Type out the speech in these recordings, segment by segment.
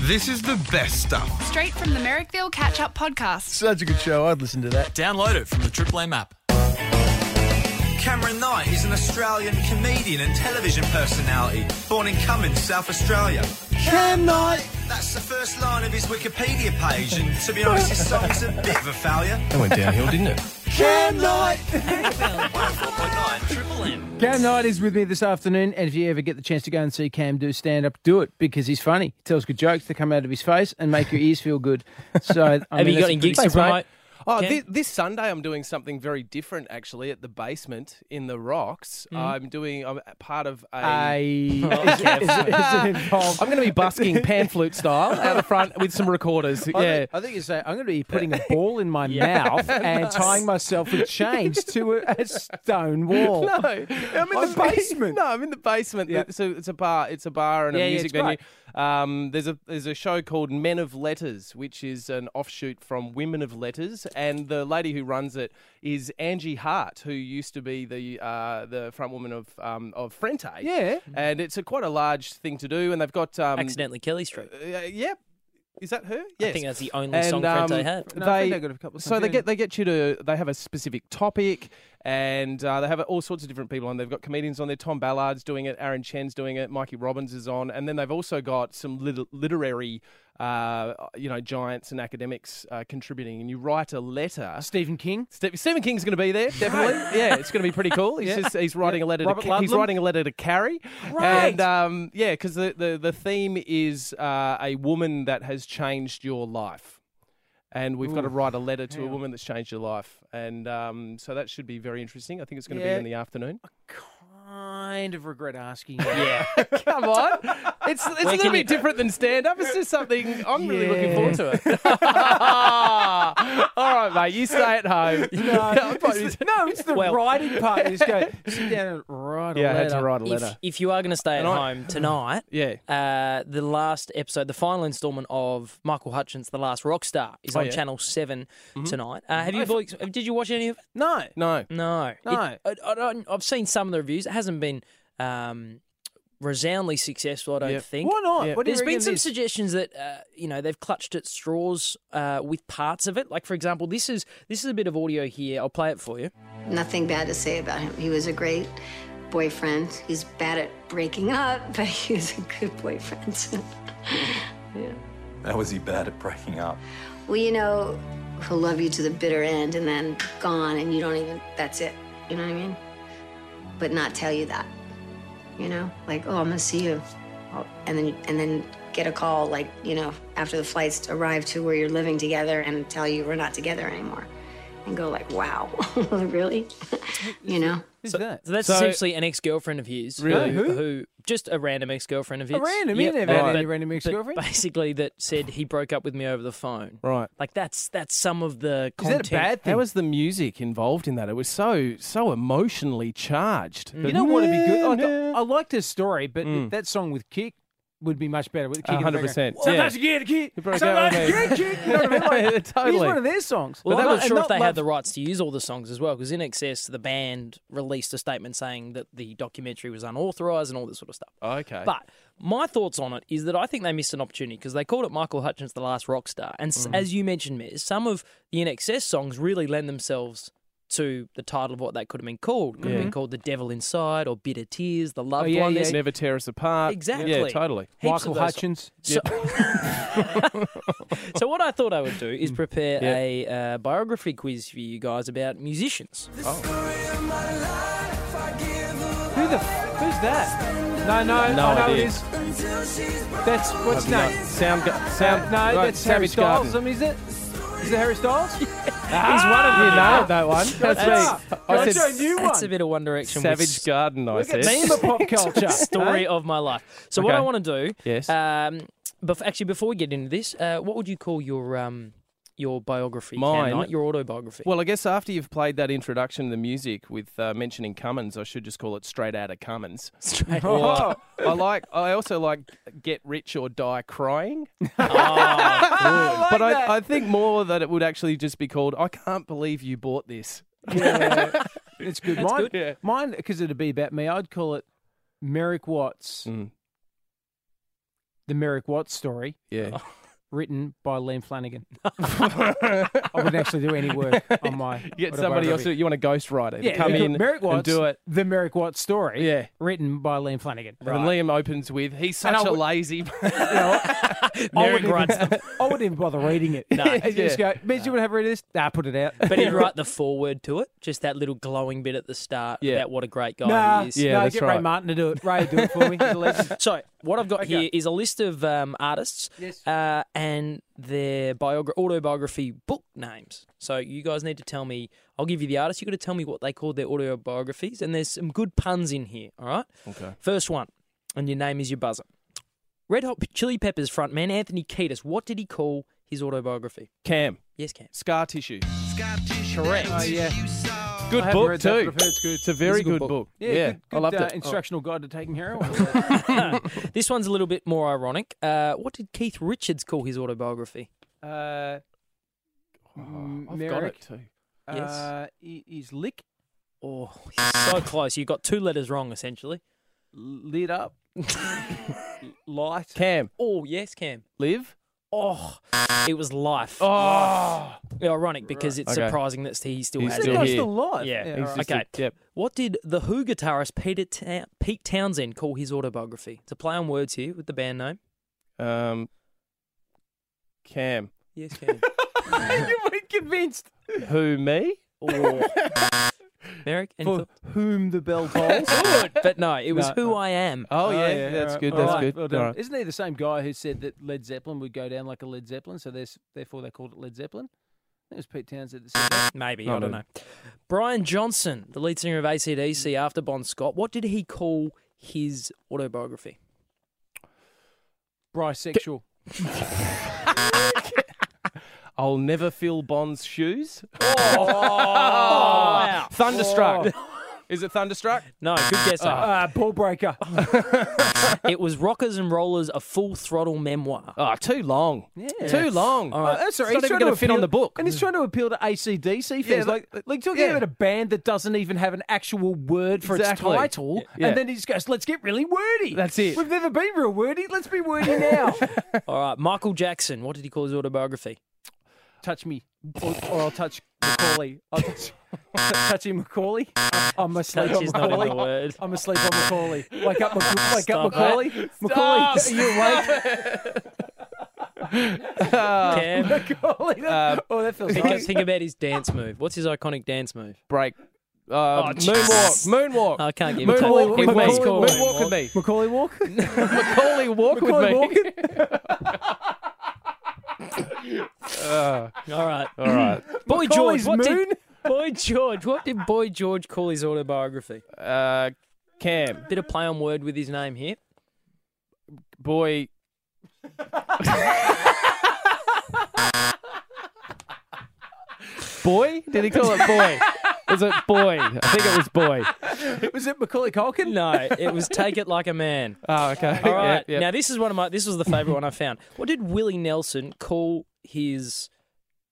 This is the best stuff. Straight from the Merrickville Catch Up Podcast. Such a good show. I'd listen to that. Download it from the Triple M app. Cameron Knight is an Australian comedian and television personality, born in Cummins, South Australia. Cam Knight. That's the first line of his Wikipedia page, and to be honest, his song's a bit of a failure. That went downhill, didn't it? Cam Knight. 104.9 Triple M. Cam Knight is with me this afternoon, and if you ever get the chance to go and see Cam do stand up, do it because he's funny. He tells good jokes that come out of his face and make your ears feel good. So, I Have mean, you got that's any pretty- gigs to promote? Oh, Ken? this, this Sunday I'm doing something very different actually at the basement in the rocks. I'm doing I'm a part of Hmm? a. Hey, Oh, is it- is it- is it involved? am going to be busking pan flute style out the front with some recorders. I Yeah. think- I think you say I'm going to be putting a ball in my mouth and tying myself with chains to a, a stone wall. No, I'm in I'm- the basement. No, No, I'm in the basement. Yeah. So it's a bar. It's a bar and a Yeah, yeah, music it's great. venue. Um, there's a there's a show called Men of Letters, which is an offshoot from Women of Letters, and the lady who runs it is Angie Hart, who used to be the uh, the front woman of um, of Frente. Yeah. and it's a quite a large thing to do, and they've got um, Accidentally Kelly Street. Uh, yep. Is that her? I Yes. think that's the only And, song um, Frente had. No, they, Frente got a couple of so songs, they yeah. get they get you to they have a specific topic and uh, they have all sorts of different people on. They've got comedians on there. Tom Ballard's doing it. Aaron Chen's doing it. Mikey Robbins is on, and then they've also got some lit- literary, uh, you know, giants and academics uh, contributing. And you write a letter. Stephen King. Ste- Stephen King's going to be there, definitely. yeah, it's going to be pretty cool. He's just he's writing a letter. To, Robert Ca- he's Ludlum. writing a letter to Carrie, Right. and um, yeah, because the, the the theme is uh, a woman that has changed your life, and we've got to write a letter to a woman that's changed your life, and um, so that should be very interesting. I think it's going to Yeah. be in the afternoon. Kind of regret asking. Yeah. Come on, it's it's a Where little can bit you- different than stand up. It's just something I'm really looking forward to it. All right, mate, you stay at home. No, it's the, no, it's the Well- writing part. You just go sit down and write yeah, I a had letter. to write a If, letter. if you are going to stay at And I- home tonight, yeah. uh, the last episode, the final installment of Michael Hutchins, The Last Rock Star, is Oh, on yeah. Channel 7 Mm-hmm. tonight. Uh, have you boys, did you watch any of it? No, No. No. No. It, I, I don't, I've seen some of the reviews. It hasn't been um, resoundly successful, I don't Yep. think. why not? Yeah. What do you There's reckon been some this- suggestions that uh, you know they've clutched at straws uh, with parts of it. Like for example, this is this is a bit of audio here. I'll play it for you. Nothing bad to say about him. He was a great boyfriend. He's bad at breaking up, but he was a good boyfriend. How was he bad at breaking up? well, you know, he'll love you to the bitter end and then gone, and you don't even, that's it. You know what I mean? But not tell you that. You know, like, oh, I'm gonna see you. Oh, And then, and then get a call, like, you know, after the flights arrive to where you're living together and tell you we're not together anymore. And go, like, wow, really? you know? Who's that? So that's So- essentially an ex-girlfriend of his. Really? Who, who- Just a random ex-girlfriend of his. random? You never had but- any random but ex-girlfriend? Basically, that said he broke up with me over the phone. Right. Like that's that's some of the Is that content. a bad thing? How was the music involved in that? It was so so emotionally charged. Mm. You know what would be good? Like, I, I liked his story, but Mm. that song with Kick would be much better with Kick. in the 100%, background. Well, yeah. that's a good kick. broke So out that's a with good kick. You know what I mean? Like, He's Totally. one of their songs. Well, that I'm was not, sure and if not they love... had had the the rights to use all the songs as well, because in excess, the band released a statement saying that the documentary was unauthorized and all this sort Oh. of stuff. Oh, Okay. But my thoughts on it is that I think they missed an opportunity because they called it Michael Hutchins the last rock star, and Mm-hmm. s as you mentioned, Miz, some of the NXS songs really lend themselves to the title of what that could have been called. Could have been called The Devil Inside or Bitter Tears, The Loved yeah, One. yeah. There's Oh, Never tear us apart. Exactly. Yeah, totally. heaps Michael of those Hutchins. songs. So, so what I thought I would do is prepare a uh, biography quiz for you guys about musicians. Who the? f- Who's that? No, no, No I know idea. it is. That's what's his No, name? sound, gu- sound. Uh, no, right, that's Harry Savage Styles. Garden. I mean, is it? Is it Harry Styles? He's one of you nailed that one. That's- That's me. I that's said a new That's one. a bit of One Direction. with Savage Garden. I said. Meme of pop culture. story of my life. So what I Okay. want to do, Yes. Um, but actually, before we get into this, uh, what would you call your um your biography? Cam Mine? Knight? your autobiography. Well, I guess after you've played that introduction to the music with uh, mentioning Cummins, I should just call it straight out of Cummins. Straight Oh. Or I like. I also like get rich or die crying. Oh, but I, I think more that it would actually just be called. I can't believe you bought this. Yeah. it's good. mine, good. Yeah. Mm, mine, because it'd be about me. I'd call it Merrick Watts. the Merrick Watts story Yeah. written by Liam Flanagan. I wouldn't actually do any work on my. You get somebody else. autobiography. who- You want a ghostwriter to Yeah, come because in Merrick Watts, and do it. The Merrick Watts story, Yeah. written by Liam Flanagan. And then Liam opens with, "He's And I such a would- lazy." You know what? I, Merrick wouldn't writes even, I wouldn't even bother reading it. No. You just go, "Mitch, you want to have a read of this? Nah, put it out. But he'd write the foreword to it, just that little glowing bit at the start Yeah. about what a great guy nah, he is. Yeah, no, that's get Ray right. Martin to do it. Ray, do it for me. He's a legend. So what I've got Okay. here is a list of um, artists Yes. uh, and their biogra- autobiography book names. So you guys need to tell me. I'll give you the artist. You got to tell me what they called their autobiographies. And there's some good puns in here. All right. Okay. First one, and your name is your buzzer. Red Hot Chili Peppers frontman Anthony Kiedis. What did he call his autobiography? Cam, Yes, Cam. scar tissue. Correct. Oh, yeah. Good I haven't book read too. that, but I've heard it's good. It's a very a good, good book. book. Yeah, good, I good, loved uh, it. Oh. instructional guide to taking heroin. This one's a little bit more ironic. Uh, what did Keith Richards call his autobiography? uh, Oh, I've got Merrick. it too. Yes. Uh, he- he's lick Oh, so close. You got two letters wrong, essentially. lit up, light. Cam, Oh, yes, Cam. live. Oh, it was life. Oh, Ironic because it's Okay. surprising that he still He's has still it. Guy's here. still alive. yeah Yeah. He's all It's right. just a- Okay. yep. What did the Who guitarist Peter Ta- Pete Townsend call his autobiography? It's a play on words here with the band name. Um, Cam, Yes, Cam. you weren't convinced. who me? oh. Merrick, any For thought? whom the bell tolls. but no, it was No, Who no. I Am. Oh, yeah, yeah, that's all good. right, That's all right, good. well done. All right. Isn't he the same guy who said that Led Zeppelin would go down like a Led Zeppelin? So there's, therefore they called it Led Zeppelin. I think it was Pete Townsend that said that. Maybe, No, I don't no. know. Brian Johnson, the lead singer of ACDC after Bon Scott, what did he call his autobiography? Bisexual. I'll never fill Bond's shoes. Oh, Oh, wow. Thunderstruck. Is it Thunderstruck? No, good guess. though. uh, Ah, ball breaker. It was Rockers and Rollers, a full throttle memoir. Oh, too long. Yeah. Too long. All Oh, right. that's all It's not right. He's even trying gonna to fit on appeal- the book. And he's trying to appeal to ACDC fans. Yeah, like, like- like talking yeah. about a band that doesn't even have an actual word for Exactly. its title. Yeah. And then he just goes, let's get really wordy. That's it. We've never been real wordy. Let's be wordy now. All right, Michael Jackson, what did he call his autobiography? touch me. Or, or I'll touch Macaulay. I'll touch, touching Macaulay. I'm asleep Touch on is not in the Macaulay. word. I'm asleep on Macaulay. Wake up, Macaulay. Wake Stop up, Macaulay. Macaulay, Stop. are you awake? Uh, Cam, Macaulay. That- oh, that feels think, nice. think about his dance move. What's his iconic dance move? Break. Uh, Jesus. moonwalk. Moonwalk. I can't give it. Moonwalk with me. Macaulay walk. Moonwalk with me. Macaulay Macaulay walk walk. Macaulay with walk. me. All right, All right. Boy Macaulay George. What moon. did Boy George? What did Boy George call his autobiography? Uh, Cam, Bit of play on word with his name here. boy. boy? Did he call it boy? Was it boy? I think it was boy. Was it Macaulay Culkin? No, it was take it like a man. Oh, okay. All right. Now this is one of my. This was the favorite one I found. What did Willie Nelson call his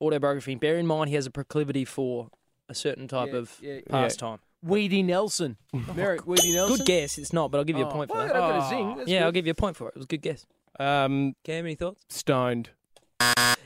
autobiography? Bear in mind he has a proclivity for a certain type Yeah, of yeah, yeah. pastime. Weedy Nelson. Merrick Weedy Nelson. Oh. Good guess. It's not, but I'll give you a point for Well, I that. Oh. got a zing. That's yeah, good. I'll give you a point for it. It was a good guess. Um, Cam, any thoughts? stoned.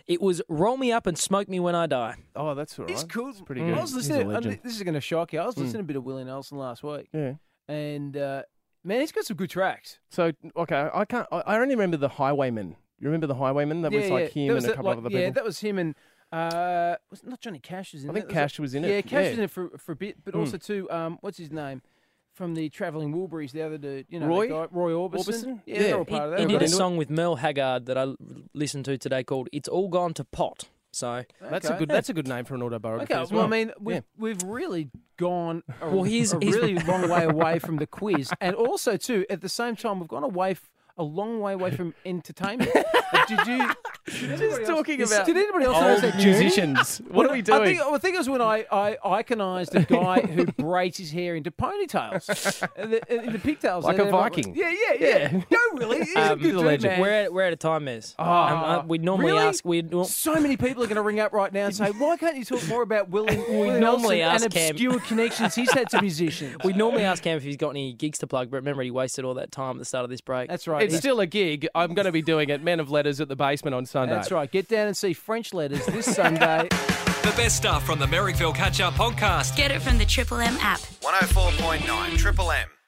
It was roll me up and smoke me when I die. Oh, that's all right. He's cool. Mm. pretty good. I was He's a listening. I legend. mean, this is going to shock you. I was listening to a bit of Willie Nelson last week, Yeah. and uh, man, he's got some good tracks. So okay, I can't. I- I only remember the Highwayman. You remember the Highwayman? That was like There him was and a that, couple like- of other Yeah, people. that was him and uh, was it not Johnny Cash was in. I that? think it- Cash was in it. Yeah, Cash was Yeah. Hmm. in it for for a bit, but also too. Um, what's his name? From the Traveling Wilburys, the other dude, you know, Roy? the guy, Roy Orbison. Orbison? Yeah, they're Yeah. all He, part of that. he They did got a into it. song with Merle Haggard that I l- listened to today called "It's All Gone to Pot." So, That's a Okay. good. That's a good name for an autobiography. Okay, as well, well, I mean, we've, Yeah. we've really gone a, Well, he's- a he's- really long way away from the quiz. And also, too, at the same time, we've gone away f- a long way away from entertainment. Uh, Did you Just talking Is- about did anybody else notice old that tune? musicians. What are we doing? I think, I think it was when I, I iconised a guy who braids his hair into ponytails, in the, in the pigtails, Like And a everyone- Viking. Yeah, yeah, yeah. No, really, he's a Um, good dude, legend. man. We're at, we're at a time, Miz. Um, uh, we normally Ah, really? ask. We nor- so many people are going to ring up right now and say, "Why can't you talk more about Willie Willie normally Nelson ask and Cam. obscure connections he's had to musicians?" we normally ask Cam if he's got any gigs to plug, but remember he wasted all that time at the start of this break. That's right. it's still a gig. I'm going to be doing it. Men of Letters at the basement on Sunday. That's right. Get down and see French letters this Sunday. The best stuff from the Merrickville Catch Up Podcast. Get it from the Triple M app. 104.9 Triple M.